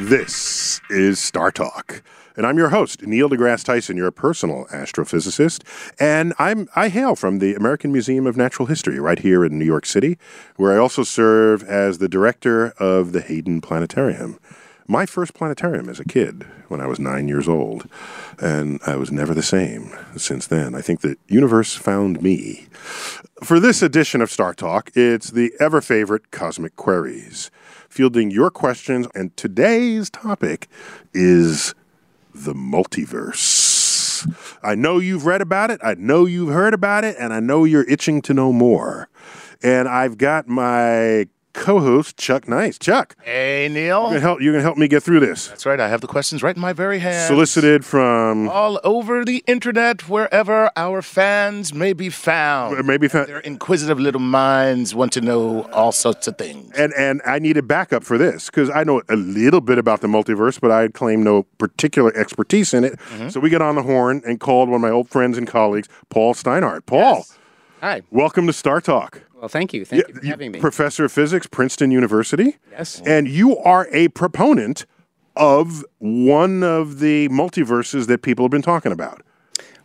This is Star Talk, and I'm your host, Neil deGrasse Tyson, your personal astrophysicist, and I'm I hail from the American Museum of Natural History right here in New York City, where I also serve as the director of the Hayden Planetarium. My first planetarium as a kid when I was 9 years old, and I was never the same since then. I think the universe found me. For this edition of Star Talk, it's the ever favorite Cosmic Queries fielding your questions. And today's topic is the multiverse. I know you've read about it, I know you've heard about it, and I know you're itching to know more. And I've got my co-host Chuck Nice. Chuck, Hey, you can Neil. help you can help me get through this. That's right. I have the questions right in my very hand. Solicited from All over the internet, wherever our fans may be found. maybe fa- Their inquisitive little minds want to know all sorts of things. and and I needed backup for this because I know a little bit about the multiverse, but I claim no particular expertise in it. So we got on the horn and called one of my old friends and colleagues, Paul Steinhardt. Paul, Hi. welcome to Star Talk. Well, thank you. Thank you for you- having me. Professor of Physics, Princeton University. Yes. And you are a proponent of one of the multiverses that people have been talking about.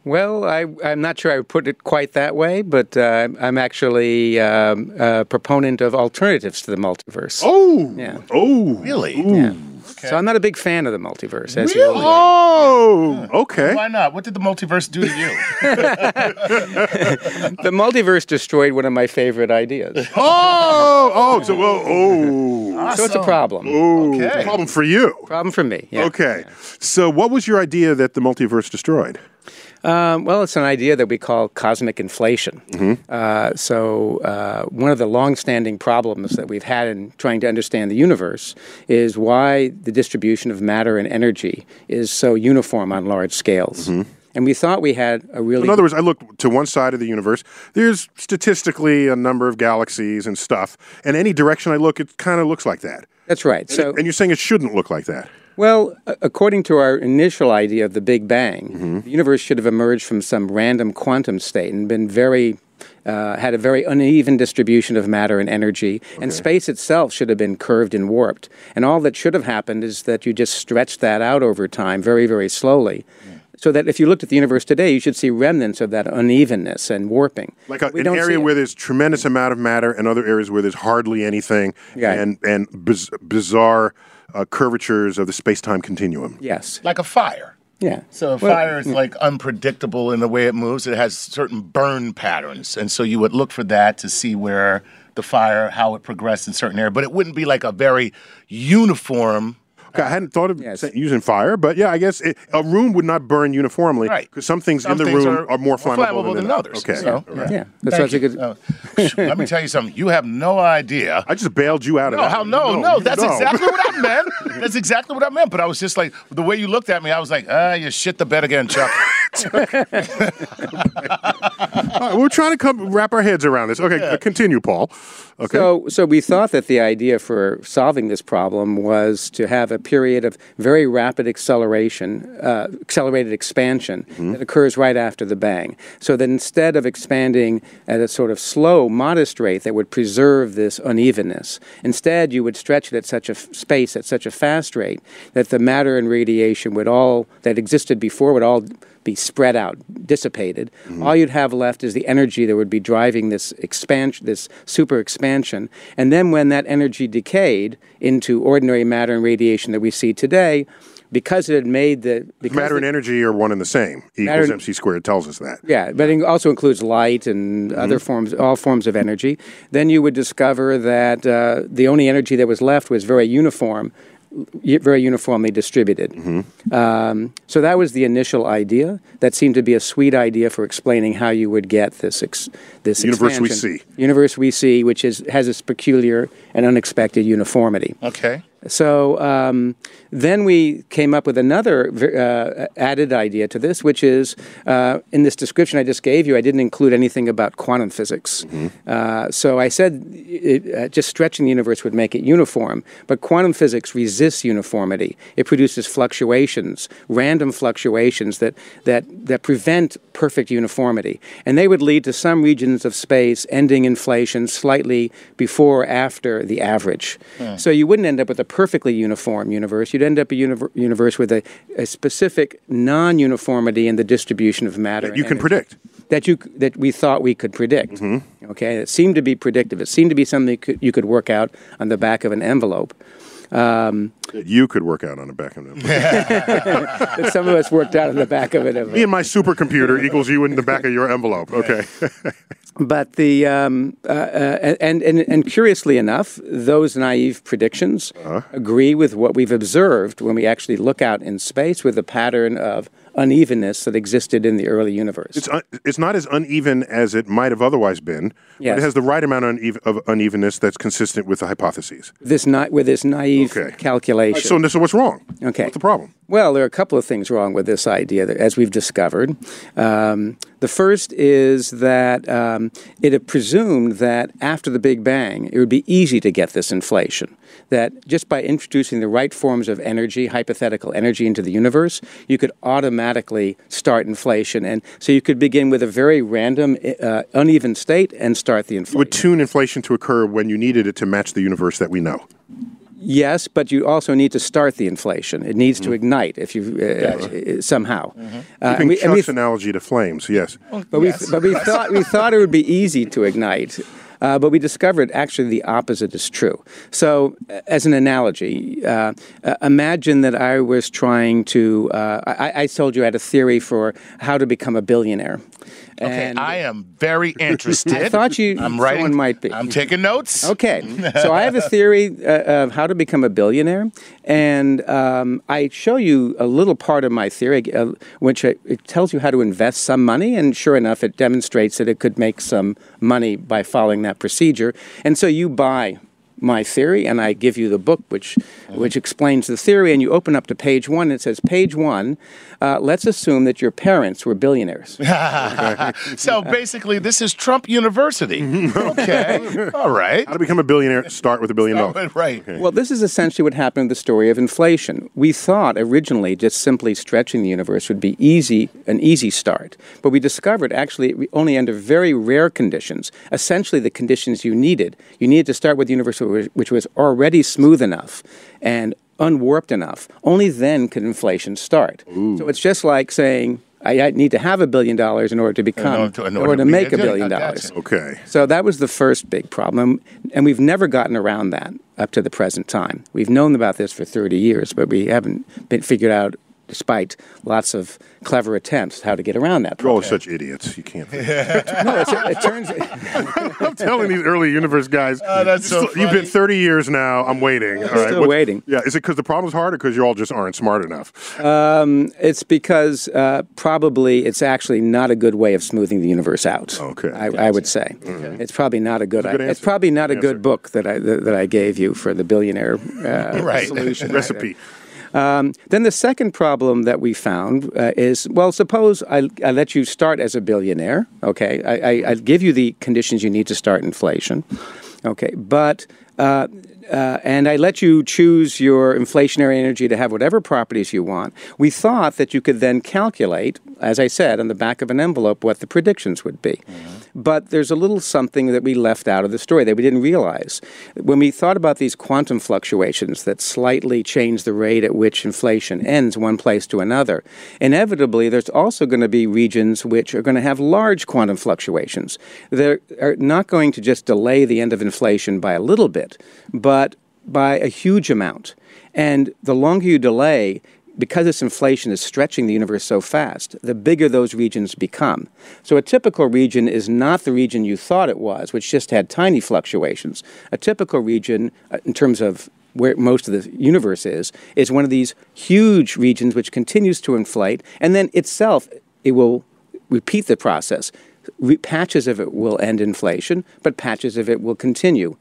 Well, I, I'm not sure I would put it quite that way, but uh, I'm actually um, a proponent of alternatives to the multiverse. Oh. Yeah. Oh. Really? Ooh. Yeah. So I'm not a big fan of the multiverse. As you know. Oh. Okay. Why not? What did the multiverse do to you? The multiverse destroyed one of my favorite ideas. Oh. Oh. So. Well, oh. So it's a problem. Oh. Okay. Problem for you. Problem for me. Yeah. Okay. So, what was your idea that the multiverse destroyed? Um, well, it's an idea that we call cosmic inflation. Mm-hmm. Uh, so, uh, one of the longstanding problems that we've had in trying to understand the universe is why the distribution of matter and energy is so uniform on large scales. And we thought we had a really Mm-hmm. In other words, I looked to one side of the universe. There's statistically a number of galaxies and stuff, and any direction I look, it kind of looks like that. that's right. So, and you're saying it shouldn't look like that. Well, a- according to our initial idea of the Big Bang, the universe should have emerged from some random quantum state and been very. Uh, had a very uneven distribution of matter and energy, and space itself should have been curved and warped. And all that should have happened is that you just stretched that out over time very, very slowly. So that if you looked at the universe today, you should see remnants of that unevenness and warping. Like a, We an don't see area it. where there's tremendous amount of matter, and other areas where there's hardly anything, Yeah. and and biz- bizarre uh, curvatures of the space-time continuum. Yes. like a fire. Yeah. So a Well, mm. fire is like unpredictable in the way it moves. It has certain burn patterns, and so you would look for that to see where the fire, how it progressed in certain area. But it wouldn't be like a very uniform Okay, I hadn't thought of Yes. sa- using fire, but yeah, I guess it, a room would not burn uniformly Right. because some things in Some the things room are, more flammable, than, others. Okay, so, all right. Yeah, that's Thank such a you. good- Uh, let me tell you something. You have no idea. I just bailed you out of No, that. how one. no, no, you that's know. exactly what I meant. That's exactly what I meant. But I was just like the way you looked at me, I was like, ah, you shit the bed again, Chuck. All right, we're trying to come wrap our heads around this. Okay, uh, continue, Paul. Okay, So, so we thought that the idea for solving this problem was to have a period of very rapid acceleration, uh, accelerated expansion that occurs right after the bang. So that instead of expanding at a sort of slow, modest rate that would preserve this unevenness, instead you would stretch it at such a f- space at such a fast rate that the matter and radiation would all that existed before would all be spread out, dissipated. All you'd have left is the energy that would be driving this expansion, this super expansion. And then when that energy decayed into ordinary matter and radiation that we see today, because it had made the because matter the- and energy are one and the same. E Matter equals and- MC squared tells us that. yeah, but it also includes light and Mm-hmm. other forms, all forms of energy. Then you would discover that uh, the only energy that was left was very uniform, y- very uniformly distributed. Mm-hmm. Um, so that was the initial idea. That seemed to be a sweet idea for explaining how you would get this ex- this Universe we expansion. see. universe we see, which is has this peculiar and unexpected uniformity. okay. So um, then we came up with another ver- uh, added idea to this, which is uh, in this description I just gave you, I didn't include anything about quantum physics. Uh, so I said it, uh, just stretching the universe would make it uniform, but quantum physics resists uniformity. It produces fluctuations, random fluctuations that, that, that prevent perfect uniformity. And they would lead to some regions of space ending inflation slightly before or after the average. Hmm. So you wouldn't end up with a perfectly uniform universe. You'd end up a univer- universe with a, a specific non uniformity in the distribution of matter. You and can energy predict. that you that we thought we could predict. Mm-hmm. Okay, it seemed to be predictive. It seemed to be something you could, you could work out on the back of an envelope. that You could work out on a back end. That some of us worked out on the back of an envelope. Me and my supercomputer equals you in the back of your envelope. Okay. But the um, uh, uh, and, and and curiously enough, those naive predictions Uh-huh. agree with what we've observed when we actually look out in space with the pattern of unevenness that existed in the early universe. It's, un- it's not as uneven as it might have otherwise been, but Yes. it has the right amount of, unev- of unevenness that's consistent with the hypotheses. this not with this naive Okay. calculation. So, so what's wrong? Okay. What's the problem? Well, there are a couple of things wrong with this idea, that, as we've discovered. Um, the first is that um, it had presumed that after the Big Bang, it would be easy to get this inflation. That just by introducing the right forms of energy, hypothetical energy, into the universe, you could automatically start inflation. And so you could begin with a very random, uh, uneven state and start the inflation. Would tune inflation to occur when you needed it to match the universe that we know. Yes, but you also need to start the inflation. It needs to ignite if you uh, uh, somehow. I Uh, and think we- and we Chuck's analogy to flames, yes. But we but we thought we thought it would be easy to ignite. Uh, but we discovered actually the opposite is true. So, uh, as an analogy, uh, uh, imagine that I was trying to. Uh, I, I told you I had a theory for how to become a billionaire. Okay, And- I am very interested. I thought you- I'm writing. someone might be. I'm taking notes. Okay, so I have a theory uh, of how to become a billionaire, and um, I show you a little part of my theory, uh, which it, it tells you how to invest some money, and sure enough, it demonstrates that it could make some money by following that procedure, and so you buy my theory and I give you the book which which explains the theory and you open up to page 1 and it says page 1 uh, let's assume that your parents were billionaires So basically, this is Trump University. okay. All right. How to become a billionaire, start with a billion dollars. Right. Well, this is essentially what happened with the story of inflation. We thought originally just simply stretching the universe would be easy, an easy start, but we discovered actually we- only under very rare conditions, essentially the conditions you needed. You needed to start with the universe whi- which was already smooth enough and unwarped enough. Only then could inflation start. So it's just like saying. I I need to have a billion dollars in order to become, order to- in in order order to to be- make a yeah, billion I gotcha. dollars. Okay. So that was the first big problem, and we've never gotten around that up to the present time. We've known about this for 30 years, but we haven't been figured out despite lots of clever attempts how to get around that. You're all such idiots. You can't. no, it's, it turns. I'm telling these early universe guys. Oh, that's so You've been 30 years now. I'm waiting. All right. still waiting. Yeah. Is it because the problem's hard or because you all just aren't smart enough? It's because uh, probably it's actually not a good way of smoothing the universe out. Okay. Mm-hmm. I, I would say it's probably not a good. a good it's answer. probably not a Good good answer. book that I that, that I gave you for the billionaire uh, Right. solution either. Recipe. Then the second problem that we found uh, is well, suppose I, I let you start as a billionaire, okay? I, I, I give you the conditions you need to start inflation, okay? But, uh, uh, and I let you choose your inflationary energy to have whatever properties you want. We thought that you could then calculate, as I said, on the back of an envelope what the predictions would be. But there's a little something that we left out of the story that we didn't realize. When we thought about these quantum fluctuations that slightly change the rate at which inflation ends one place to another, inevitably there's also going to be regions which are going to have large quantum fluctuations. They're are not going to just delay the end of inflation by a little bit, but by a huge amount. And the longer you delay, because this inflation is stretching the universe so fast, the bigger those regions become. So, a typical region is not the region you thought it was, which just had tiny fluctuations. A typical region, uh, in terms of where most of the universe is, is one of these huge regions which continues to inflate, and then itself it will repeat the process. Re- patches of it will end inflation, but patches of it will continue.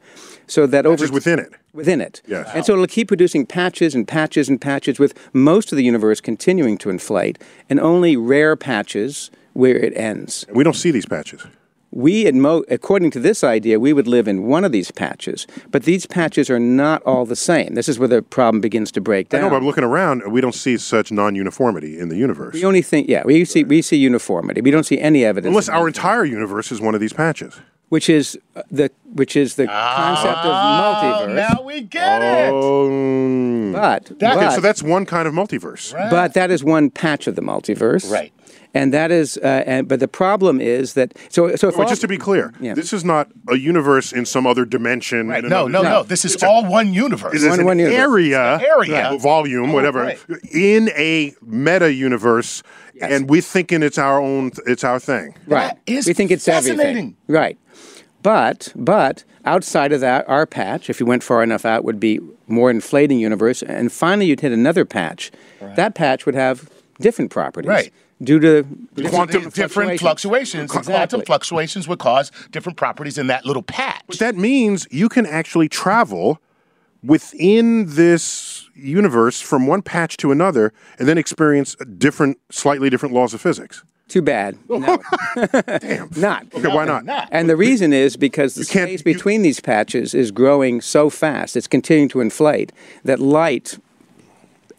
So that over Just within it. within it. Yes. And so it'll keep producing patches and patches and patches with most of the universe continuing to inflate and only rare patches where it ends. We don't see these patches. We, at mo- according to this idea, we would live in one of these patches, but these patches are not all the same. This is where the problem begins to break I down. know, but I'm looking around. We don't see such non-uniformity in the universe. we only think, yeah, we see, we see uniformity. We don't see any evidence, Unless of- our entire universe is one of these patches. which is uh, the which is the Ah. concept of multiverse. Now we get it. Oh. but Okay, but- so that's one kind of multiverse. But that is one patch of the multiverse, Right. And that is, uh, and, but the problem is that so so if But all- just to be clear, Yeah. this is not a universe in some other dimension. Right. in No, another no, no, dimension. This is all one universe. This is One- an one universe. area, area. Right. volume, whatever, right. in a meta universe, and we're thinking it's our own, it's our thing. right? That is we think it's fascinating. everything, right? But but outside of that, our patch, if you went far enough out, would be more inflating universe, and finally you'd hit another patch. That patch would have different properties, Right. Due to Quantum different fluctuations. and Quantum Exactly. fluctuations would cause different properties in that little patch. But that means you can actually travel within this universe from one patch to another, and then experience different, slightly different laws of physics. Too bad. No. Not. Okay, why not? And the reason is because the can't- space you- between these patches is growing so fast, it's continuing to inflate, that light,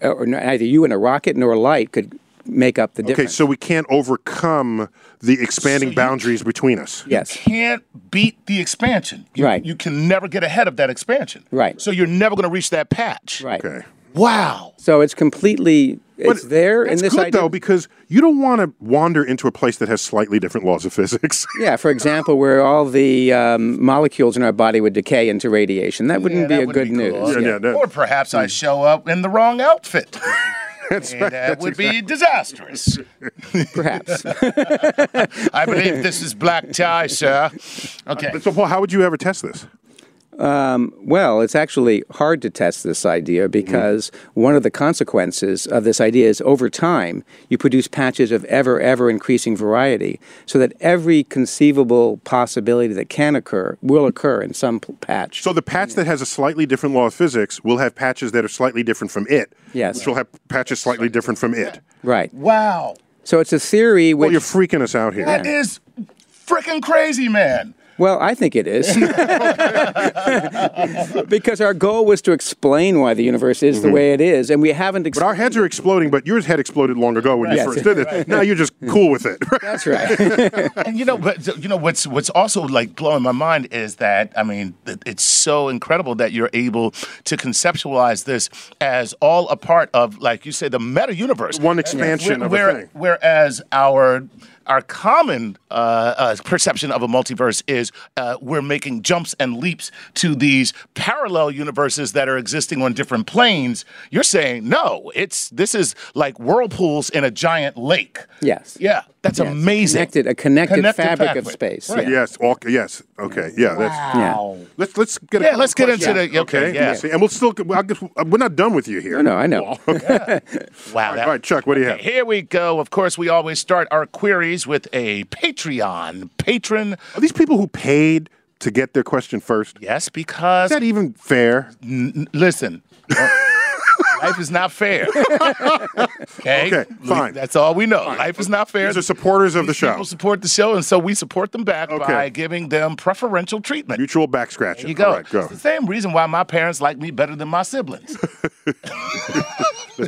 uh, or neither you and a rocket nor light could make up the Okay, difference. so we can't overcome the expanding boundaries between us. yes. can't beat the expansion. You, Right. You can never get ahead of that expansion. Right. So you're never going to reach that patch. Right. Okay. Wow. So it's completely, But it's there in that's this good idea. though because you don't want to wander into a place that has slightly different laws of physics. yeah, for example, where all the um, molecules in our body would decay into radiation. That wouldn't Yeah, Hmm. be that a would good be news. cool. Yeah, yeah, that- Or perhaps I show up in the wrong outfit. and that would be disastrous. Perhaps. I believe this is black tie, sir. Okay. so Paul, how would you ever test this? Well, it's actually hard to test this idea because one of the consequences of this idea is over time you produce patches of ever, ever increasing variety so that every conceivable possibility that can occur will occur in some p- patch. So the patch that has a slightly different law of physics will have patches that are slightly different from it. Yes. Which will have patches slightly different from it. right. Wow. So it's a theory Well, which. you're freaking us out here. That is freaking crazy, man. Well, I think it is. because our goal was to explain why the universe is the way it is, and we haven't But our explained. heads are exploding, but yours head exploded long ago when you Yes. first did this. Now you're Hmm. just cool with it. That's right. And you know, but you know what's what's also like blowing my mind is that I mean, it- it's so incredible that you're able to conceptualize this as all a part of, like you say, the meta universe. One expansion Where- of a where- thing. Whereas our our common uh, uh, perception of a multiverse is uh, we're making jumps and leaps to these parallel universes that are existing on different planes. You're saying no, it's this is like whirlpools in a giant lake. Yes. Yeah, that's Yes. amazing. Connected- a connected fabric of pathway. space, Right. yeah. Yes. All, yes. Okay. Yeah. That's, Yeah. let's let's get a Yeah, let's get question. into the- okay, yeah. let's see. And we'll still. I'll get, we're not done with you here. No, no, I know. Wow. All that- right, Chuck. What do you have? Here we go. Of course, we always start our queries with a Patreon patron. Are these people who paid to get their question first? Yes, because Is that even fair? N- listen, life is not fair. okay, Okay, fine. That's all we know. Life is not fair. These are supporters of the These show. People support the show, and so we support them back Okay. by giving them preferential treatment. Mutual back scratching. there you go. All right, go. It's the same reason why my parents like me better than my siblings.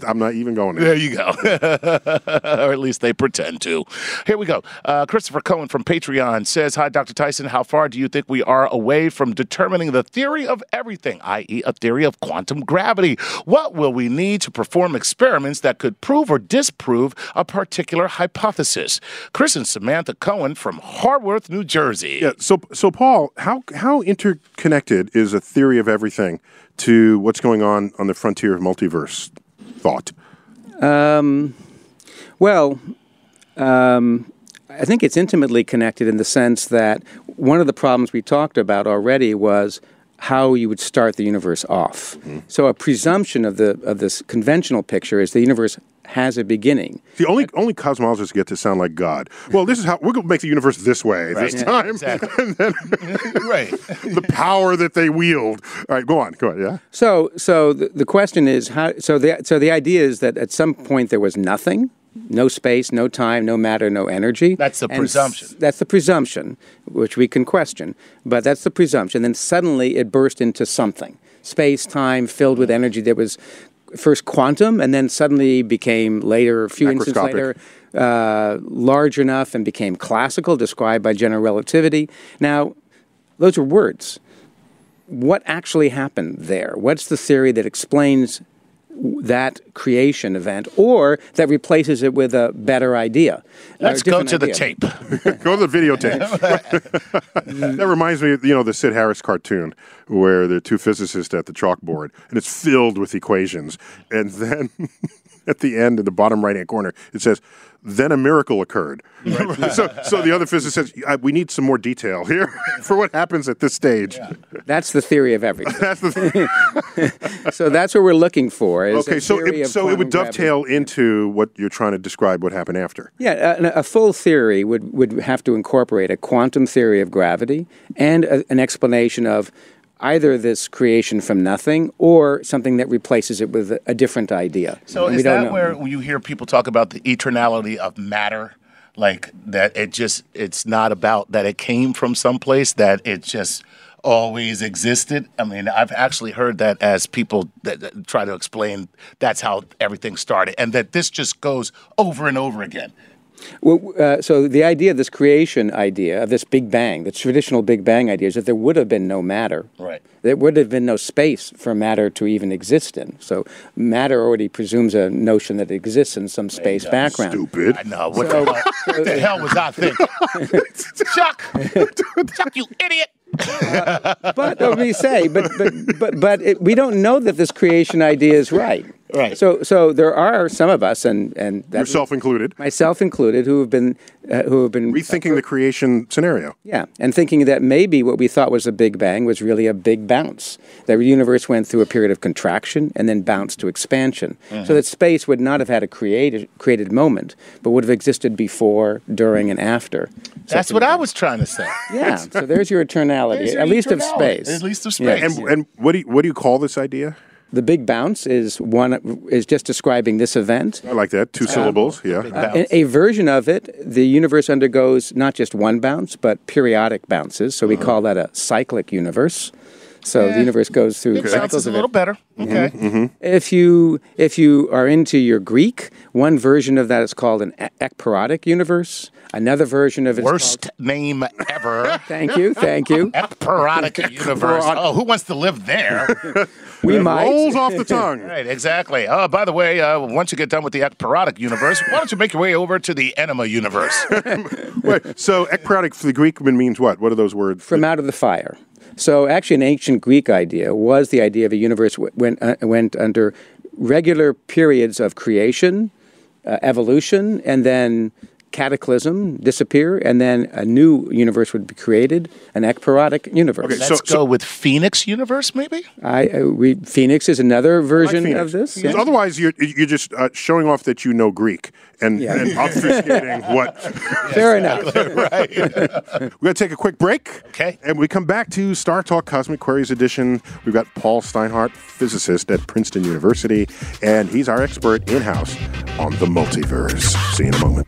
I'm not even going There there. you go. or at least they pretend to. Here we go. Uh, Christopher Cohen from Patreon says Hi, Dr. Tyson. How far do you think we are away from determining the theory of everything, i.e., a theory of quantum gravity? What will we need to perform experiments that could prove or disprove a particular hypothesis? Chris and Samantha Cohen from Harworth, New Jersey. Yeah. So, so Paul, how how interconnected is a theory of everything to what's going on on the frontier of multiverse thought? Well, um, I think it's intimately connected in the sense that one of the problems we talked about already was how you would start the universe off. So a presumption of the of this conventional picture is the universe has a beginning. The only only cosmologists get to sound like God. Well, this is how we're going to make the universe this way this time. Exactly. right. the power that they wield. All right, go on, go on. Yeah. So, so the, the question is how. So the so the idea is that at some point there was nothing, no space, no time, no matter, no energy. That's the And s- presumption. that's the presumption, which we can question, but that's the presumption. Then suddenly it burst into something, space, time, filled with energy that was first quantum, and then suddenly became later, a few instances Macroscopic. later, uh, large enough and became classical, described by general relativity. Now, those are words what actually happened there? What's the theory that explains w- that creation event or that replaces it with a better idea? or a Let's go different to the idea? tape. Go to the videotape. that reminds me, of, you know, the Sid Harris cartoon where there are two physicists at the chalkboard, and it's filled with equations. And then at the end, in the bottom right-hand corner, it says, "Then a miracle occurred." So, so the other physicist says, "I- "We need some more detail here for what happens at this stage." That's the theory of everything. That's the thing. so that's what we're looking for. Is Okay, a so theory it, of so it would quantum gravity. dovetail into what you're trying to describe. What happened after? Yeah, a- an- a, full theory would, would have to incorporate a quantum theory of gravity and a, an explanation of either this creation from nothing or something that replaces it with a, a different idea. So And is we don't that know. where you hear people talk about the eternality of matter? Like that it just it's not about that it came from someplace that it just always existed. I mean, I've actually heard that as people that, that try to explain that's how everything started and that this just goes over and over again. Well, uh, so the idea of this creation idea of this Big Bang, the traditional Big Bang idea, is that there would have been no matter. Right. There would have been no space for matter to even exist in. So matter already presumes a notion that it exists in some space background. Stupid. I know. What, the, hell, what the hell was I thinking? Chuck! Chuck, you idiot! But let me say, but but but, but it, we don't know that this creation idea is right. Right. So so there are some of us, and and that, Yourself included. myself included, who have been uh, who have been Rethinking the creation scenario. Yeah, and thinking that maybe what we thought was a big bang was really a big bounce. That the universe went through a period of contraction and then bounced to expansion. Uh-huh. So that space would not have had a created, created moment, but would have existed before, during, and after. That's what I was trying to say. Yeah, so there's your eternality, There's your at least of eternality, space. at least of Yes. space. And, and what do you, what do you call this idea? the big bounce is one is just describing this event. I like that. Two syllables. Yeah. A, a version of it, the universe undergoes not just one bounce, but periodic bounces. So we call that a cyclic universe. So the universe goes through It sounds cycles a of it. Mm-hmm. little better. Okay. If you if you are into your Greek, one version of that is called an e- ekpyrotic universe. Another version of it is Worst name ever. called, thank you, thank you. Parodic universe. Oh, who wants to live there? We might. Rolls off the tongue. right, exactly. Uh, by the way, uh, once you get done with the parodic universe, why don't you make your way over to the enema universe? Wait, so ekpyrotic for the Greek means what? What are those words? from out of the fire. So actually, an ancient Greek idea was the idea of a universe w- went uh, went under regular periods of creation, uh, evolution, and then cataclysm disappear, and then a new universe would be created, an ekpyrotic universe. Okay, Let's So- so- go with Phoenix universe, maybe? I, uh, we, Phoenix is another version Phoenix. of this. Because yeah. Otherwise, you're you're just uh, showing off that you know Greek and, Yeah. and obfuscating what. Fair enough. We're gonna take a quick break. Okay. And we come back to Star Talk Cosmic Queries Edition. We've got Paul Steinhardt, physicist at Princeton University, and he's our expert in house on the multiverse. See you in a moment.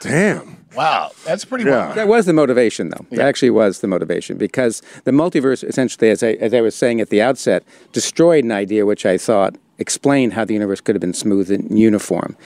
Damn. wow, that's pretty Yeah. That was the motivation, though. That actually was the motivation because the multiverse, essentially, as I, as I was saying at the outset, destroyed an idea which I thought explained how the universe could have been smooth and uniform.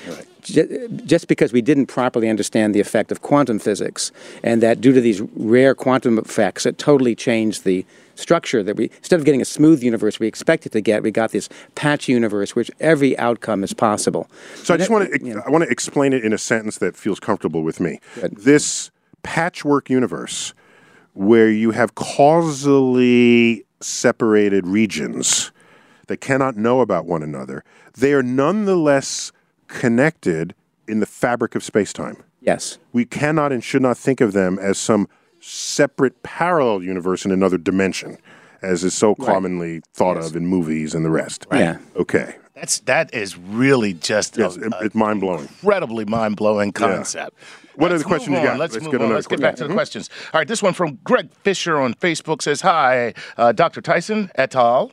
Ju- Just because we didn't properly understand the effect of quantum physics, and that due to these rare quantum effects, it totally changed the structure that we, instead of getting a smooth universe we expected to get, we got this patchy universe which every outcome is possible. So I just want to I want to explain it in a sentence that feels comfortable with me. This patchwork universe where you have causally separated regions that cannot know about one another, they are nonetheless connected in the fabric of space-time. Yes. we cannot and should not think of them as some separate parallel universe in another dimension, as is so commonly thought of in movies and the rest. Yeah. Okay. That's that is really just Yes, a, it- a it's mind blowing. incredibly mind blowing concept. What Let's other question move you on. got? Let's, Let's move get on. another Let's get question. back to the questions. All right, this one from Greg Fisher on Facebook says, "Hi, uh, Dr. Tyson et al.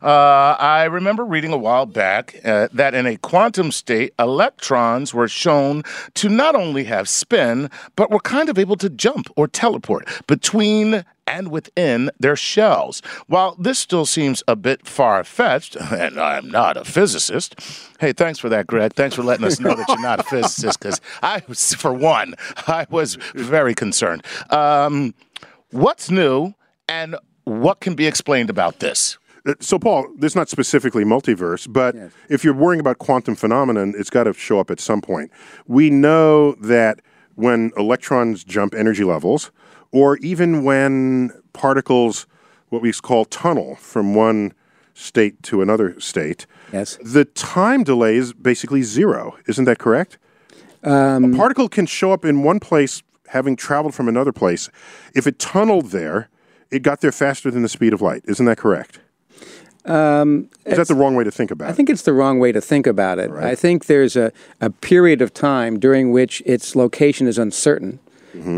Uh, I remember reading a while back uh, that in a quantum state, electrons were shown to not only have spin, but were kind of able to jump or teleport between." and within their shells. While this still seems a bit far fetched, and I'm not a physicist, hey, thanks for that, Greg. Thanks for letting us know that you're not a physicist, because I was, for one, I was very concerned. Um, what's new and what can be explained about this? Uh, So, Paul, this is not specifically multiverse, but if you're worrying about quantum phenomenon, it's got to show up at some point. We know that when electrons jump energy levels, or even when particles, what we call tunnel from one state to another state, Yes. the time delay is basically zero. Isn't that correct? Um, a particle can show up in one place having traveled from another place. If it tunneled there, it got there faster than the speed of light. Isn't that correct? Is that the wrong way to think about Um, I think it's the wrong way to think about it. I think there's a, a period of time during which its location is uncertain.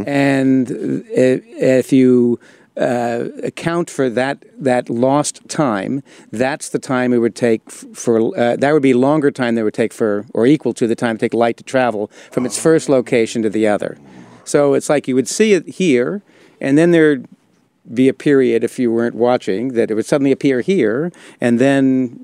And i- if you uh, account for that that lost time, that's the time it would take f- for uh, that would be longer time than it would take for or equal to the time it take light to travel from its first location to the other. So it's like you would see it here, and then there be a period if you weren't watching that it would suddenly appear here, and then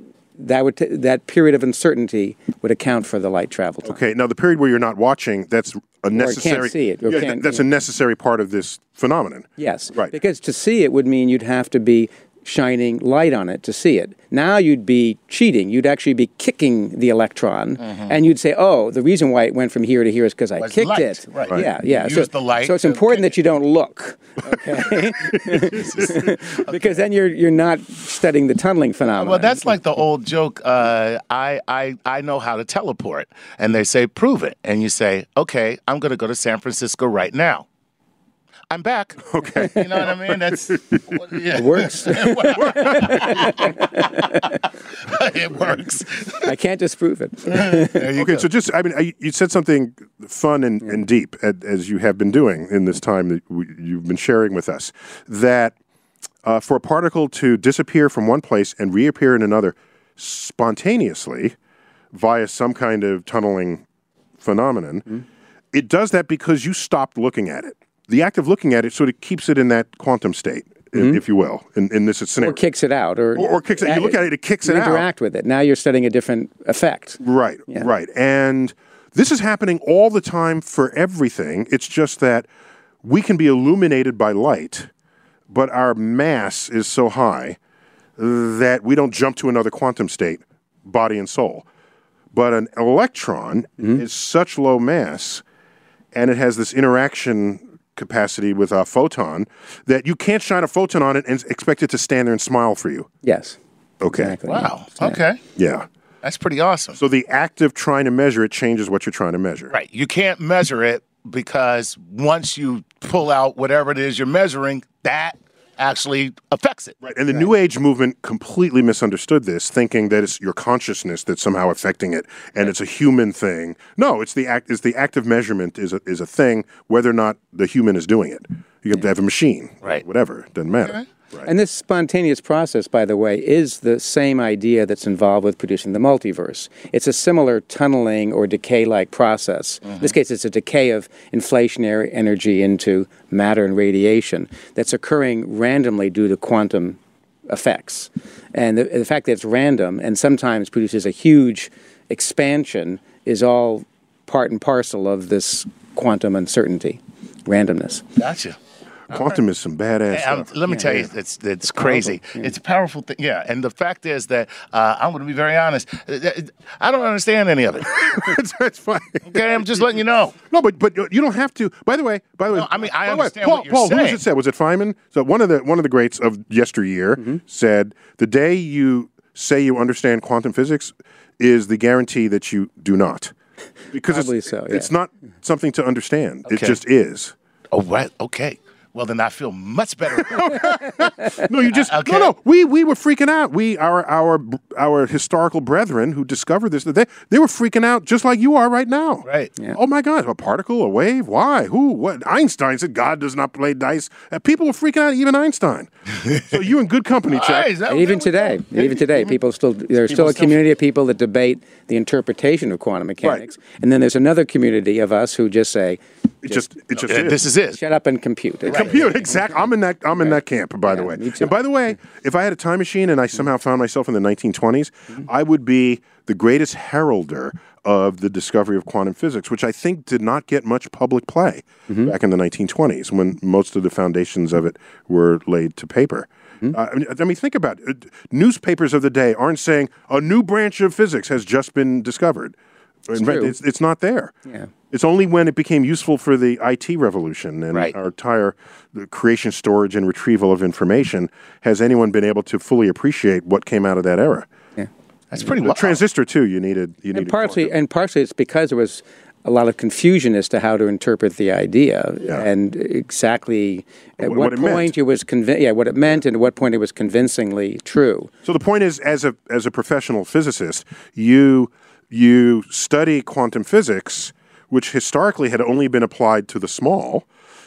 that would t- that period of uncertainty would account for the light travel time. it? Okay, now the period where you're not watching, that's a necessary see it, or Yeah, can't- th- that's a necessary part of this phenomenon. Yes, Right. Because to see it would mean you'd have to be shining light on it to see it. Now you'd be cheating. You'd actually be kicking the electron, and you'd say, "Oh, the reason why it went from here to here is because I Was kicked light, it." right. Right. Yeah, yeah. You so, used the light so it's to important that you don't look, okay? because then you're you're not studying the tunneling phenomenon. Well, that's like the old joke. Uh, I, I, I know how to teleport. And they say, prove it. And you say, okay, I'm going to go to San Francisco right now. I'm back. Okay. You know what I mean? That's yeah, works. it works. I can't disprove it. okay, so just, I mean, I, you said something fun and, and deep, a- as you have been doing in this time that we, you've been sharing with us, that uh, for a particle to disappear from one place and reappear in another spontaneously via some kind of tunneling phenomenon, it does that because you stopped looking at it. The act of looking at it sort of keeps it in that quantum state, i- if you will, in, in this scenario. Or kicks it out, or Or- or kicks it- you look at it, it kicks you it out. Interact with it. Now you're studying a different effect. Right, right. And this is happening all the time for everything. It's just that we can be illuminated by light, but our mass is so high that we don't jump to another quantum state, body and soul. But an electron is such low mass and it has this interaction capacity with a photon that you can't shine a photon on it and expect it to stand there and smile for you. Yes. Okay. Exactly. Wow. Okay. Yeah. That's pretty awesome. So the act of trying to measure it changes what you're trying to measure. Right. You can't measure it because once you pull out whatever it is you're measuring, that actually affects it. Right, and the New Age movement completely misunderstood this, thinking that it's your consciousness that's somehow affecting it, and it's a human thing. No, it's the act. Is the act of measurement is a, is a thing, whether or not the human is doing it. You have to have a machine, Right. Whatever, doesn't matter. Right. And this spontaneous process, by the way, is the same idea that's involved with producing the multiverse. It's a similar tunneling or decay like process. In this case, it's a decay of inflationary energy into matter and radiation that's occurring randomly due to quantum effects. And the, the fact that it's random and sometimes produces a huge expansion is all part and parcel of this quantum uncertainty, randomness. Gotcha. Quantum is some badass Hey, I'm- stuff. let me tell you, it's it's crazy. It's a powerful thing. Yeah, and the fact is that uh, I'm going to be very honest. Uh, uh, I don't understand any of it. that's, that's fine. Okay, I'm just letting you know. No, but but you don't have to. By the way, by the way, No, I mean, I by the way, understand Paul, what you're Paul, who was saying. it said? Was it Feynman? So one of the one of the greats of yesteryear Mm-hmm. said, "The day you say you understand quantum physics is the guarantee that you do not, because Probably it's, so, it's yeah. not something to understand. It Okay. just is." Oh, right. Okay. Well, then I feel much better. No, you just okay. no, no. We we were freaking out. We our our our historical brethren who discovered this. They they were freaking out just like you are right now. Right. Oh my God! A particle, a wave. Why? Who? What? Einstein said God does not play dice. Uh, people were freaking out. Even Einstein. so you in good company, Chuck. Hey, is that- And even there we today, go. even today, people still there's still a community of people that debate the interpretation of quantum mechanics, and then there's another community of us who just say, It just it just Uh, is. This is it. "Shut up and compute." It's- Compute, exact. I'm in that. I'm in that camp. By the way, me too. and by the way, if I had a time machine and I somehow found myself in the 1920s, Mm-hmm. I would be the greatest heralder of the discovery of quantum physics, which I think did not get much public play Mm-hmm. back in the 1920s when most of the foundations of it were laid to paper. Mm-hmm. Uh, I, mean, I mean, think about it. Newspapers of the day aren't saying a new branch of physics has just been discovered. In fact, true. It's, it's not there. Yeah. It's only when it became useful for the IT revolution and Right. our entire the creation, storage, and retrieval of information has anyone been able to fully appreciate what came out of that era. That's pretty The wild. transistor too. You needed. You needed. And partially, and partially, it's because there was a lot of confusion as to how to interpret the idea and exactly at Wh- what, what it meant. point it was convi- yeah, what it meant and at what point it was convincingly true. So the point is, as a as a professional physicist, you you study quantum physics, which historically had only been applied to the small.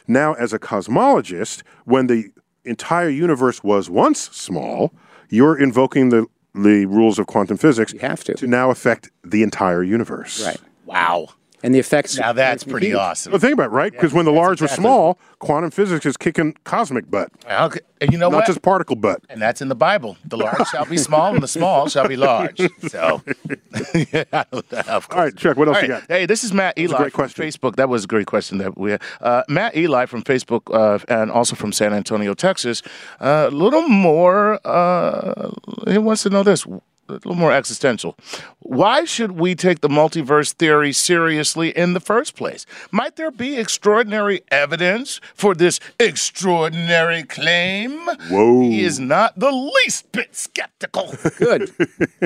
Now, as a cosmologist, when the entire universe was once small, you're invoking the the rules of quantum physics. You have to. to now affect the entire universe. Right. Wow. And the effects. Now that's pretty awesome. Well, think about it, right? Because when the large was small, quantum physics is kicking cosmic butt, Okay. And you know not what? just particle butt. and that's in the Bible. The large shall be small, and the small shall be large. So, yeah, of course. All right, Chuck, what else All you right. got? Hey, this is Matt Eli a great from question. Facebook. That was a great question that we had. Uh, Matt Eli from Facebook uh, and also from San Antonio, Texas. Uh, a little more, uh, he wants to know this. A little more existential. Why should we take the multiverse theory seriously in the first place? Might there be extraordinary evidence for this extraordinary claim? Whoa. He is not the least bit skeptical. Good.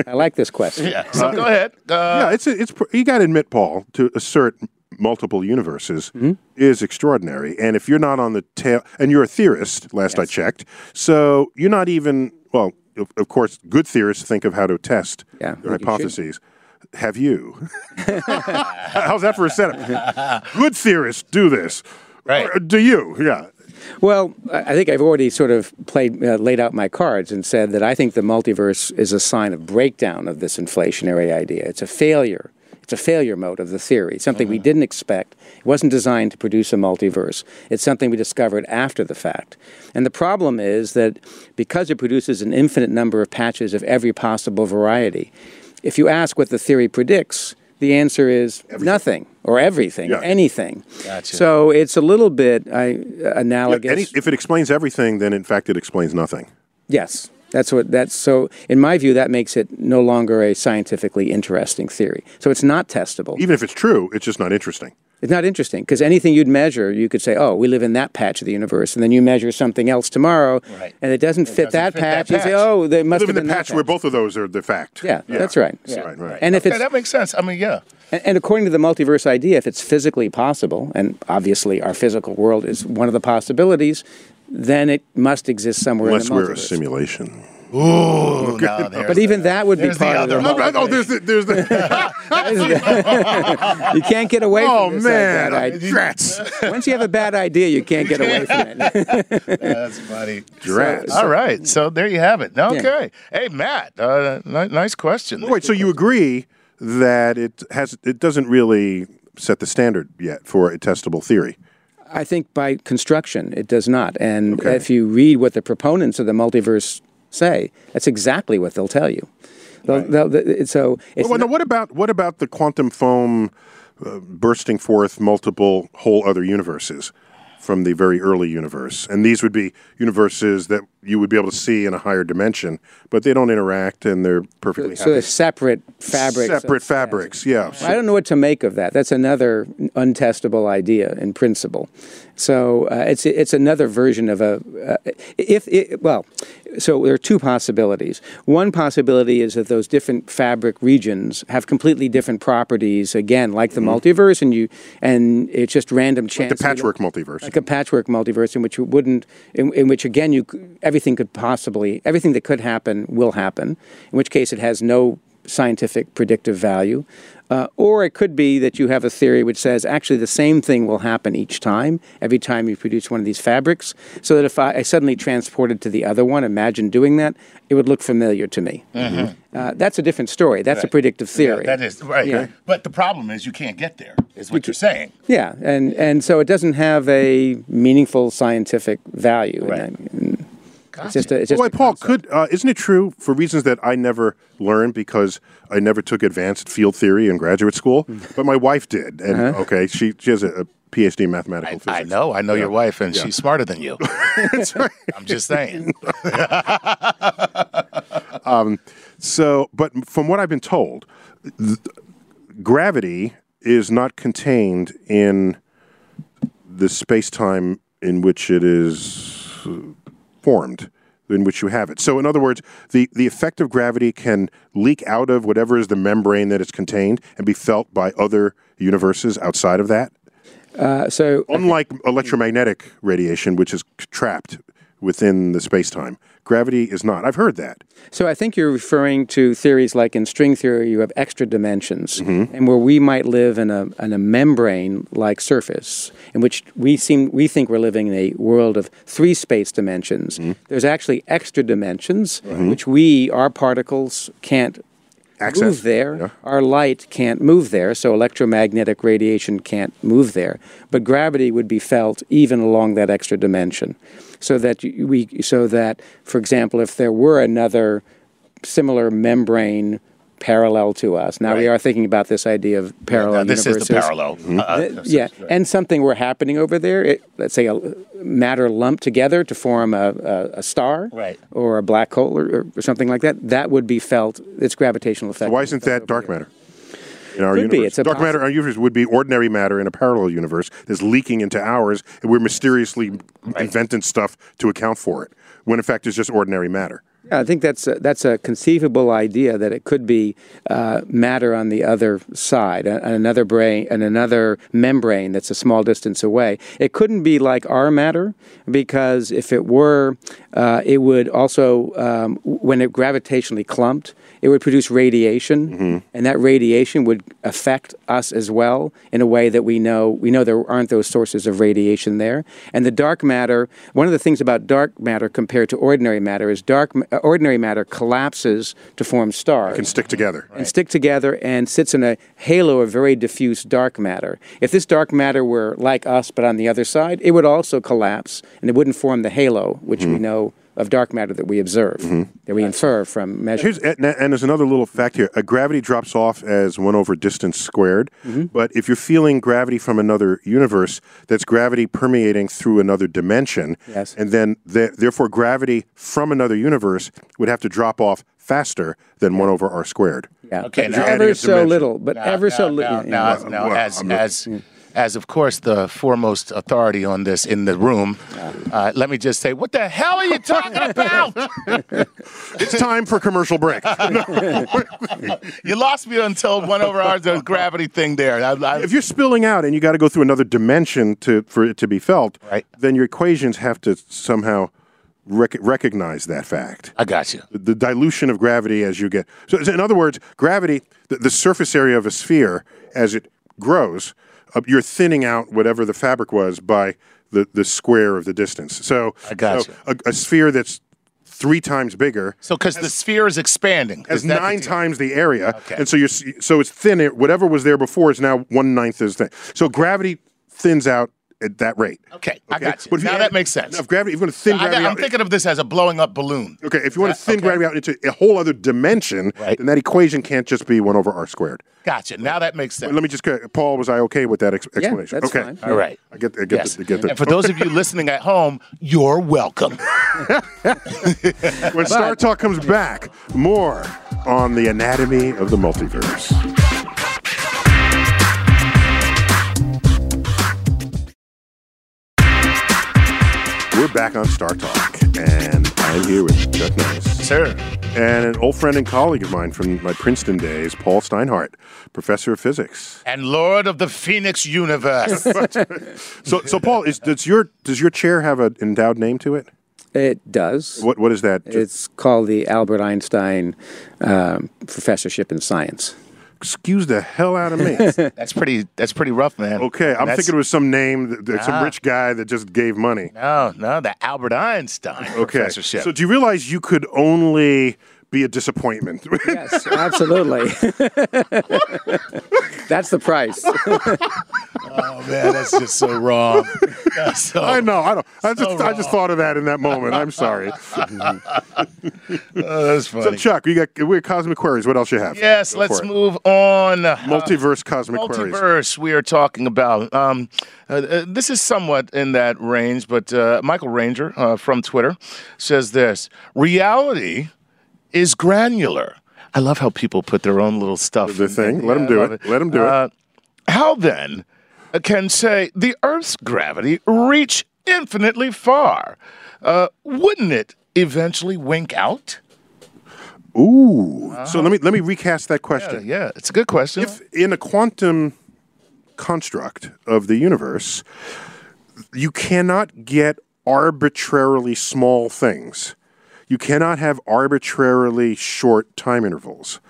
I like this question. yeah. So go ahead. Uh, yeah, it's it's pr- you got to admit, Paul, to assert multiple universes Mm-hmm. is extraordinary. And if you're not on the tail, and you're a theorist, last I checked, so you're not even well. Of, of course, good theorists think of how to test Yeah, their I think you should. hypotheses. Have you? How's that for a setup? good theorists do this. Right. Or uh, do you? Yeah. Well, I I think I've already sort of played, uh, laid out my cards and said that I think the multiverse is a sign of breakdown of this inflationary idea. It's a failure. It's a failure mode of the theory, something we didn't expect. It wasn't designed to produce a multiverse. It's something we discovered after the fact. And the problem is that because it produces an infinite number of patches of every possible variety, if you ask what the theory predicts, the answer is nothing or everything, Yeah. anything. So it's a little bit I, uh, analogous. Any, if it explains everything, then in fact it explains nothing. Yes, that's what that's so. In my view, that makes it no longer a scientifically interesting theory. So it's not testable. Even if it's true, it's just not interesting. It's not interesting because anything you'd measure, you could say, "Oh, we live in that patch of the universe," and then you measure something else tomorrow, Right. and it doesn't fit that fit that patch. You say, patch. "Oh, they must Live in have the been that patch where both of those are the fact. Yeah, that's right. Yeah. Right, right. And if yeah, it's that makes sense. I mean, yeah. And, and according to the multiverse idea, if it's physically possible, and obviously our physical world is one of the possibilities, then it must exist somewhere Unless in the multiverse. we're a simulation. Ooh, no, but even that would be There's the part of other the multiverse. Oh, oh, there's the, there's the. you can't get away oh from this man, bad idea. drats, Once you have a bad idea, you can't get away from it. that's funny. drats. All right, so there you have it. Okay, hey Matt, uh, ni- nice question. Wait, so you agree that it has it doesn't really set the standard yet for a testable theory? I think by construction, it does not. And if you read what the proponents of the multiverse say, that's exactly what they'll tell you. They'll, they'll, th- so it's Well, now what about what about the quantum foam uh, bursting forth multiple whole other universes from the very early universe? And these would be universes that you would be able to see in a higher dimension, but they don't interact and they're perfectly so happy. they're separate fabrics. of- Separate fabrics, yeah. I don't know what to make of that. That's another untestable idea in principle. So uh, it's it's another version of a uh, if it, well. So there are two possibilities. One possibility is that those different fabric regions have completely different properties. Again, like the multiverse, and you and it's just random chance. The we don't- patchwork multiverse. like a patchwork multiverse in which you wouldn't, in, in which again you c- everything could possibly everything that could happen will happen. In which case, it has no scientific predictive value. Uh, or it could be that you have a theory which says actually the same thing will happen each time, every time you produce one of these fabrics, so that if I, I suddenly transported to the other one, imagine doing that, it would look familiar to me. Uh, that's a different story. That's a predictive theory. That is right. Yeah. But the problem is you can't get there. Is what you're saying. Yeah, and, and so it doesn't have a meaningful scientific value. in Right. that- in- It's just a, it's just Well, a Paul, could uh, isn't it true for reasons that I never learned because I never took advanced field theory in graduate school, Mm. but my wife did, and okay, she she has a, a PhD in mathematical Uh-huh. I physics. know. I know your wife, and she's smarter than you. I'm just saying. So, but from what I've been told, th- gravity is not contained in the space time in which it is uh, formed, in which you have it. So, in other words, the, the effect of gravity can leak out of whatever is the membrane that it's contained and be felt by other universes outside of that. Uh, so Unlike electromagnetic radiation, which is c- trapped within the space time, gravity is not. I've heard that. So I think you're referring to theories like in string theory, you have extra dimensions, Mm-hmm. and where we might live in a, in a membrane-like surface, in which we seem we think we're living in a world of three space dimensions. Mm-hmm. There's actually extra dimensions, which we our particles can't Access. move there. Our light can't move there, so electromagnetic radiation can't move there. But gravity would be felt even along that extra dimension, so that you- we, so that, for example, if there were another similar membrane parallel to us, now we Right. are thinking about this idea of parallel Now, this is universes. the parallel. Uh, Uh, yeah, and something were happening over there. It, let's say a matter lumped together to form a, a, a star, Right. or a black hole, or, or something like that. That would be felt. Its gravitational effect. Why isn't that dark matter? In our Could be. universe, It's a dark possi- matter in our universe would be ordinary matter in a parallel universe that's leaking into ours, and we're mysteriously inventing stuff to account for it, when in fact it's just ordinary matter. Yeah, I think that's a, that's a conceivable idea that it could be uh, matter on the other side, a- another brain, and another membrane that's a small distance away. It couldn't be like our matter because if it were, uh, it would also um, w- when it gravitationally clumped, it would produce radiation, and that radiation would affect us as well in a way that we know we know there aren't those sources of radiation there. And the dark matter, one of the things about dark matter compared to ordinary matter is dark ma- uh, ordinary matter collapses to form stars. Can stick together. and stick together and sits in a halo of very diffuse dark matter. If this dark matter were like us but on the other side, it would also collapse and it wouldn't form the halo, which we know of dark matter that we observe, that we infer from measuring. Here's and, and there's another little fact here. Uh, gravity drops off as one over distance squared, Mm-hmm. but if you're feeling gravity from another universe, that's gravity permeating through another dimension, Yes. and then the, therefore gravity from another universe would have to drop off faster than one over r squared. Yeah. Okay, but now- ever Adding a so dimension. little, but ever so little. Now, now, as as as of course the foremost authority on this in the room, uh, let me just say, what the hell are you talking about? It's time for commercial break. you lost me until one over ours the gravity thing there. I, I, if you're spilling out and you got to go through another dimension to for it to be felt, Right. then your equations have to somehow rec- recognize that fact. I got you. The dilution of gravity as you get. So, so in other words, gravity, the, the surface area of a sphere, as it grows, uh, you're thinning out whatever the fabric was by the, the square of the distance. So, I got so you. a, a sphere that's three times bigger So, because the sphere is expanding, has Is that the nine deal? times the area, Okay. and so you're s- so it's thinner. Whatever was there before is now one ninth as thin. So gravity thins out at that rate. Okay, I got you. But if Now add- that makes sense. Now, If gravity, if you're going to thin I, gravity am out, thinking of this as a blowing up balloon. okay, if you want to thin gravity out into a whole other dimension, Right. then that equation can't just be one over r squared. Gotcha. Now that makes sense. Let me just, get- Paul, was I okay with that ex- explanation? that's okay, fine. All right. I get, I get, Yes. the, I get the, And for those of you listening at home, you're welcome. when Star Talk comes back, more on the anatomy of the multiverse. We're back on Star Talk, and I'm here with Chuck Nice Sir. and an old friend and colleague of mine from my Princeton days, Paul Steinhardt, professor of physics. And Lord of the Phoenix Universe. So, so Paul, is, does your does your chair have an endowed name to it? It does. What what is that? It's called the Albert Einstein um, Professorship in Science. Excuse the hell out of me. That's pretty. That's pretty rough, man. Okay, That's- I'm Ah. thinking it was some name, that, that some rich guy that just gave money. No, no, the Albert Einstein Okay, professorship. so do you realize you could only be a disappointment? Yes, absolutely. That's the price. oh man, that's just so wrong. That's so- I know. I don't. I just. I just thought of that in that moment. I'm sorry. oh, that's so funny. Chuck, we got we're cosmic queries. What else you have? yes, Go let's for it. move on. Multiverse cosmic queries. Multiverse, we are talking about. Um, uh, uh, this is somewhat in that range, but uh, Michael Ranger uh, from Twitter says this reality is granular. I love how people put their own little stuff. The thing. Let 'em do I love it. Let 'em do it. Uh, How then uh, can, say, the Earth's gravity reach infinitely far? Uh, wouldn't it eventually wink out? Ooh. So let me let me recast that question. Yeah, it's a good question. if in a quantum construct of the universe, you cannot get arbitrarily small things. You cannot have arbitrarily short time intervals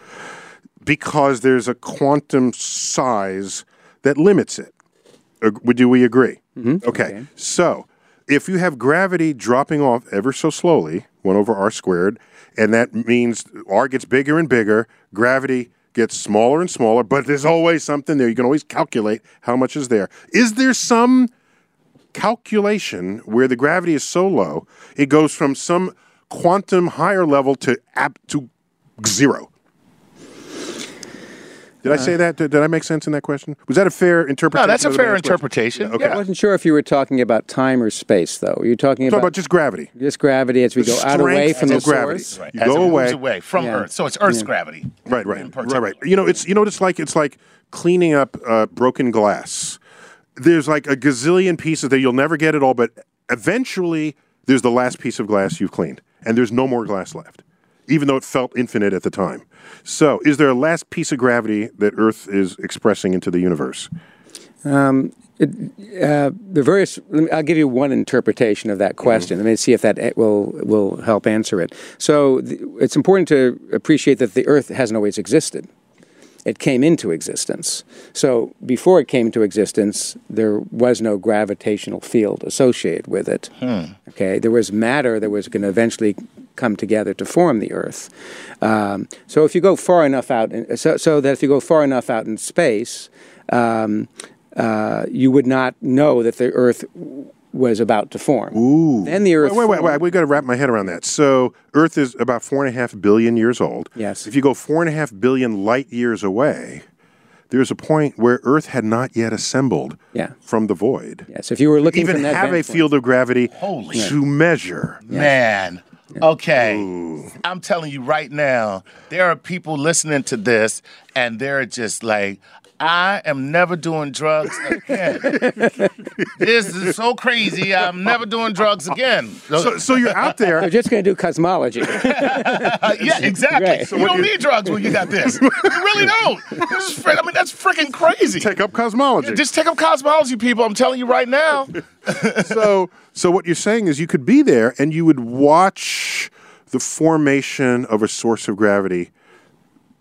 because there's a quantum size that limits it. Ag- would- Do we agree? okay. So if you have gravity dropping off ever so slowly, 1 over r squared, and that means r gets bigger and bigger, gravity gets smaller and smaller, but there's always something there. You can always calculate how much is there. Is there some calculation where the gravity is so low, it goes from some quantum higher level to ab- to zero? Did I say that? Did, did I make sense in that question? Was that a Uh, fair no, interpretation? that's a of the fair man's question? interpretation. Okay. Yeah. I wasn't sure if you were talking about time or space, though. You're talking Talk about, about just gravity. just gravity as we go out away strength from the of gravity. source. You As go it moves away. away from Yeah. Earth. So it's Earth's gravity. Right, in right, right, particular. right. You know, it's you know what it's like. It's like cleaning up uh, broken glass. There's like a gazillion pieces that you'll never get it all, but eventually there's the last piece of glass you've cleaned, and there's no more glass left, even though it felt infinite at the time. So, is there a last piece of gravity that Earth is expressing into the universe? The various. let me- I'll give you one interpretation of Mm-hmm. that question. Let me see if that eh, will will help answer it. So th- it's important to appreciate that the Earth hasn't always existed. It came into existence. So before it came into existence, there was no gravitational field associated with it. Hmm. Okay, there was matter that was going to eventually come together to form the Earth. Um, so if you go far enough out, in, so, so that if you go far enough out in space, um, uh, you would not know that the Earth w- was about to form. Ooh. Then the Earth. Wait, wait, wait, formed. wait. We got to wrap my head around that. So, Earth is about four and a half billion years old. Yes. If you go four and a half billion light years away, there's a point where Earth had not yet assembled Yeah. from the void. Yes, if you were looking Even from that have a vantage point. field of gravity Holy to measure. Man. Okay. I'm telling you right now, there are people listening to this and they're just like, I am never doing drugs again. this is so crazy. I'm never doing drugs again. So, so you're out They're there. just going to do cosmology. Uh, yeah, exactly. Right. So you don't need drugs when you got this. you really don't. This is fr- I mean, that's freaking crazy. Take up cosmology. Just take up cosmology, people. I'm telling you right now. so, so what you're saying is you could be there and you would watch the formation of a source of gravity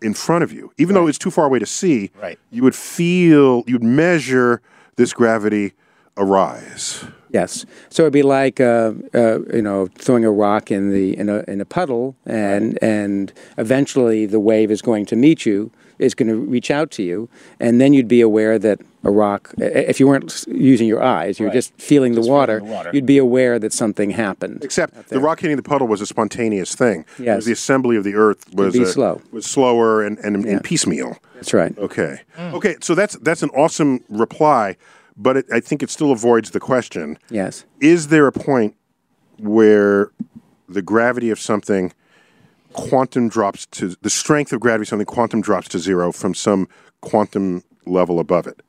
in front of you, even though it's too far away to see. Right. You would feel, you'd measure this gravity arise. Yes. So it'd be like uh, uh, you know throwing a rock in the in a in a puddle, and and eventually the wave is going to meet you, is going to reach out to you, and then you'd be aware that a rock. i- If you weren't s- using your eyes, you're just feeling the, water, the water. You'd be aware that something happened. Except the rock hitting the puddle was a spontaneous thing. It was Yes. the assembly of the earth was be uh, slow. was slower and and, and piecemeal. That's right. Okay. Mm. Okay. So that's that's an awesome reply, but it, I think it still avoids the question: Yes. Is there a point where the gravity of something quantum drops to the strength of gravity of something quantum drops to zero from some quantum level above it?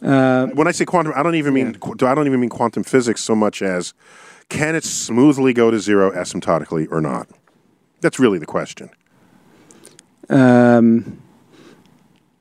when I say quantum, I don't even mean qu- I don't even mean quantum physics so much as can it smoothly go to zero asymptotically or not? That's really the question. Um,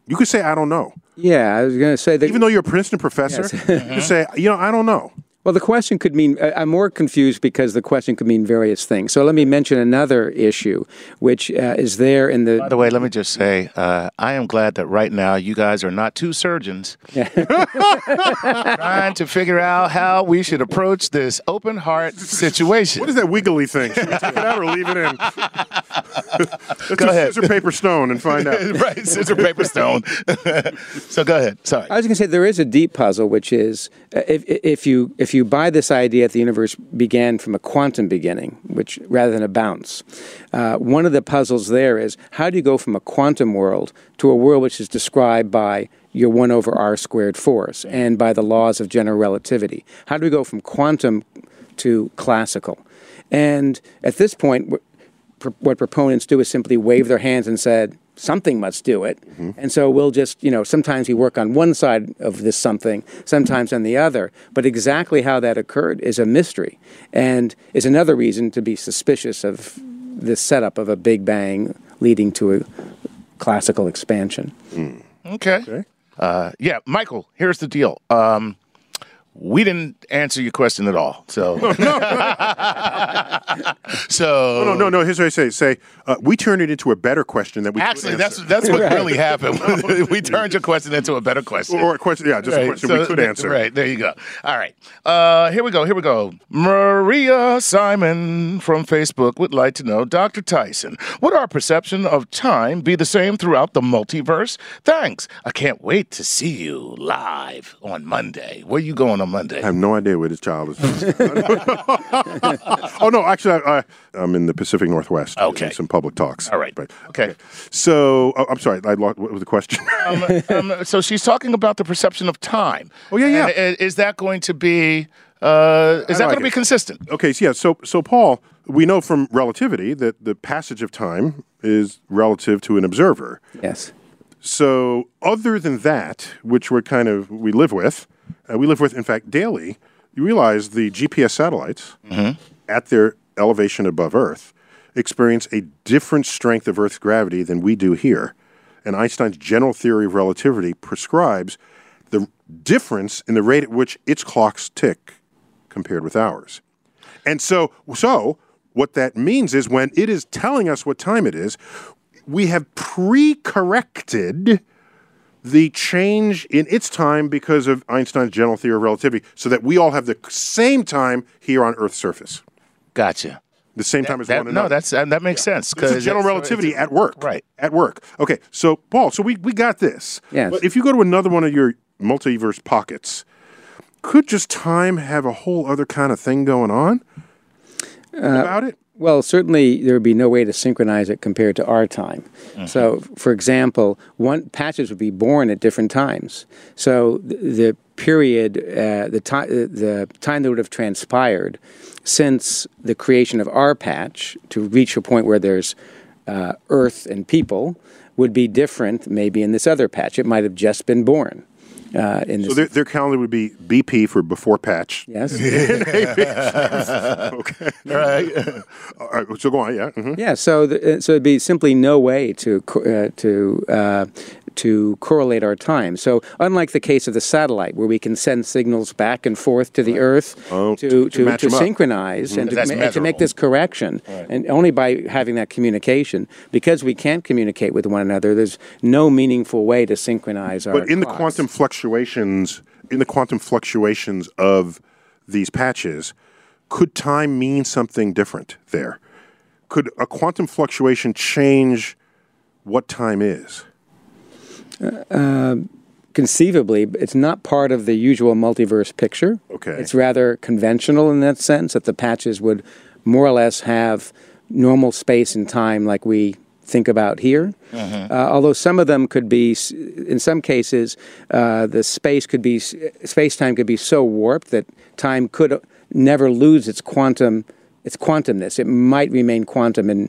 You could say I don't know, yeah, I was going to say that. even though you're a Princeton professor. you could say you know I don't know. Well, the question could mean, I- I'm more confused because the question could mean various things. So let me mention another issue, which uh, is there in the. By the way, let me just say, uh, I am glad that right now you guys are not two surgeons trying to figure out how we should approach this open heart situation. What is that wiggly thing? Should we take it out or leave it in? Let's Go do ahead. scissor, paper, stone, and find out. right, scissor, paper, stone. so go ahead. Sorry. I was going to say there is a deep puzzle, which is uh, if, if you if you buy this idea that the universe began from a quantum beginning, which rather than a bounce, uh, one of the puzzles there is how do you go from a quantum world to a world which is described by your one over r squared force and by the laws of general relativity? How do we go from quantum to classical? And at this point, w- pr- what proponents do is simply wave their hands and said something must do it and so we'll just you know sometimes we work on one side of this something sometimes on the other but exactly how that occurred is a mystery and is another reason to be suspicious of this setup of a big bang leading to a classical expansion Okay. Uh, yeah, Michael, here's the deal. Um, we didn't answer your question at all. So, so Oh, No, no, no. Here's what I say. Say, uh, we turn it into a better question that we could actually, that's answer. that's what really happened. we turned your question into a better question. or a question. Yeah, just a Right, question so we could th- answer. Right, there you go. All right. Uh, here we go. Here we go. Maria Simon from Facebook would like to know Dr. Tyson, would our perception of time be the same throughout the multiverse? Thanks. I can't wait to see you live on Monday. Where you going on Monday? I have no idea where this child is. oh no, actually, I, I, I'm in the Pacific Northwest. doing Okay. some public talks. All right. Okay. So oh, I'm sorry. I lost. What was the question? Um, um, so she's talking about the perception of time. Oh, yeah, yeah. And i- is that going to be uh, is that like going to be it. consistent? okay. So yeah. So so Paul, we know from relativity that the passage of time is relative to an observer. yes So, other than that, which we're kind of we live with, uh, we live with, in fact, daily. You realize the GPS satellites at their elevation above Earth experience a different strength of Earth's gravity than we do here, and Einstein's general theory of relativity prescribes the difference in the rate at which its clocks tick compared with ours. And so, so what that means is when it is telling us what time it is, we have pre-corrected the change in its time because of Einstein's general theory of relativity, so that we all have the same time here on Earth's surface, Gotcha. the same time as That- one another. no, that's uh, that makes sense This is general it's- relativity at work. Right. At work. Okay. So, Paul, so we, we got this. Yes. But if you go to another one of your multiverse pockets, could just time have a whole other kind of thing going on about it? Well, certainly there would be no way to synchronize it compared to our time. So, for example, one patches would be born at different times. So the, the period, uh, the time, the time that would have transpired since the creation of our patch to reach a point where there's uh, Earth and people would be different. Maybe in this other patch, it might have just been born. Uh, in this, So their, their calendar would be BP for before patch. yes. All right, so go on, yeah. mhm. Yeah, so the, uh, so it'd be simply no way to co- uh, to uh, to correlate our time. So unlike the case of the satellite, where we can send signals back and forth to the Earth to to, to, match 'em up. Mm-hmm. synchronize and to, That's ma- and to make measurable. this correction, and only by having that communication, because we can't communicate with one another, there's no meaningful way to synchronize our. But in the clocks. quantum fluctuations, in the quantum fluctuations of these patches, could time mean something different there? Could a quantum fluctuation change what time is? conceivably, but it's not part of the usual multiverse picture. Okay. It's rather conventional in that sense that the patches would more or less have normal space and time like we think about here. Uh, although some of them could be, s- in some cases, uh, the space could be, space time could be so warped that time could never lose its quantum. Its quantumness. It might remain quantum and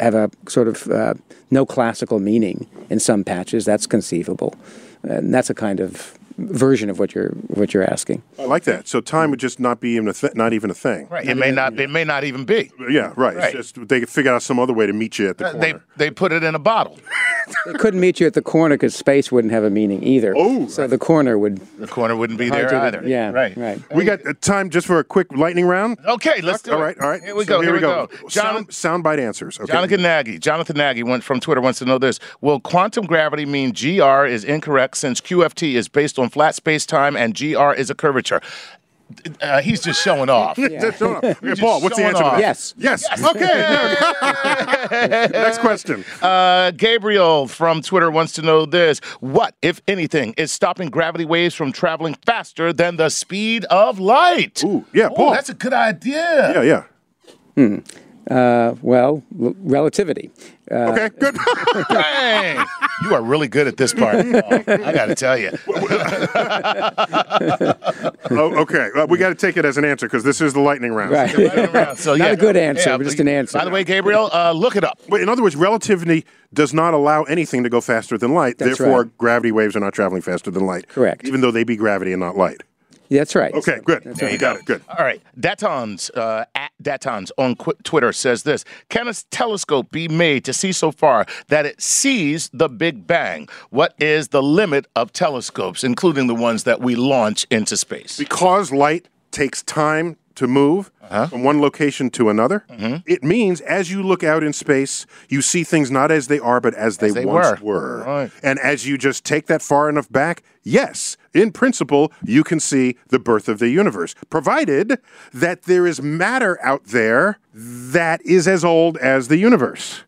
have a sort of uh, no classical meaning in some patches. That's conceivable and that's a kind of version of what you're what you're asking. I like that. So time would just not be even a th- not even a thing. Right. It may not. It may not even be. Yeah, right. Right. Uh, It's just they could figure out some other way to meet you at the They corner. they put it in a bottle. they couldn't meet you at the corner because space wouldn't have a meaning either. Oh. so the corner would. The corner wouldn't be hard there to- either. Yeah, Right. right. We got uh, time just for a quick lightning round. Okay, let's do all it. right, all right. Here we So go. Here, we go. John, Sound, soundbite answers. Okay. Jonathan Nagy. Jonathan Nagy went from Twitter wants to know this. Will quantum gravity mean GR is incorrect since QFT is based on flat space time and GR is a curvature? Uh, he's just showing off. Just showing up. Okay, Paul, what's the showing answer off. to Yes. this? Yes. Okay. Next question. Uh, Gabriel from Twitter wants to know this. What, if anything, is stopping gravity waves from traveling faster than the speed of light? Ooh, yeah, Ooh, Paul. oh, that's a good idea. Yeah, yeah. Uh, well, l- relativity. Okay, good. Dang. You are really good at this part. Paul. I got to tell you. oh, okay. Well, we got to take it as an answer because this is the lightning round. Right. So, Not a good answer, Yeah, but just an answer. By the way, Gabriel, uh, look it up. But in other words, relativity does not allow anything to go faster than light. That's Therefore, right. gravity waves are not traveling faster than light. Correct. Even though they be gravity and not light. That's right. Okay, good. That's There right. you got it. Good. All right, Datons uh, at Datons on qu- Twitter says this: Can a s- telescope be made to see so far that it sees the Big Bang? What is the limit of telescopes, including the ones that we launch into space? Because light takes time to move from one location to another, it means as you look out in space, you see things not as they are, but as they, they once were. were. Right. And as you just take that far enough back, yes, in principle, you can see the birth of the universe, provided that there is matter out there that is as old as the universe.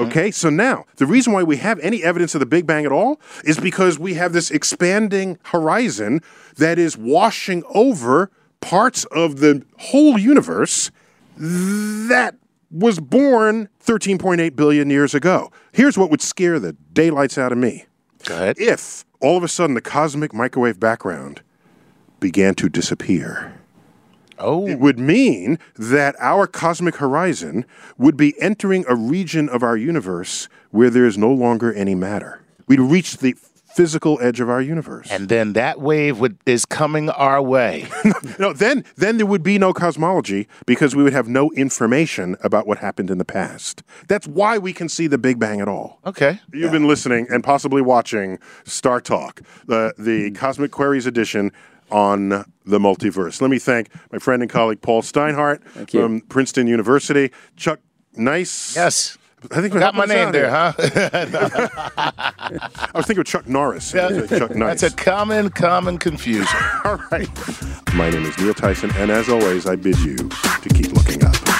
Okay, so now the reason why we have any evidence of the Big Bang at all is because we have this expanding horizon that is washing over parts of the whole universe that was born 13.8 billion years ago. Here's what would scare the daylights out of me. Go ahead. If all of a sudden the cosmic microwave background began to disappear, Oh, it would mean that our cosmic horizon would be entering a region of our universe where there is no longer any matter. We'd reach the physical edge of our universe. and then that wave would, is coming our way. no, then then there would be no cosmology because we would have no information about what happened in the past. That's why we can see the Big Bang at all. okay. You've been listening and possibly watching Star Talk, the the Cosmic Queries edition on the multiverse. Let me thank my friend and colleague Paul Steinhardt you. from Princeton University, Chuck Nice. Yes. I think Got my name there, huh? I was thinking of Chuck Norris. uh, Chuck Nice. That's a common, common confusion. All right. My name is Neil Tyson, and as always, I bid you to keep looking up.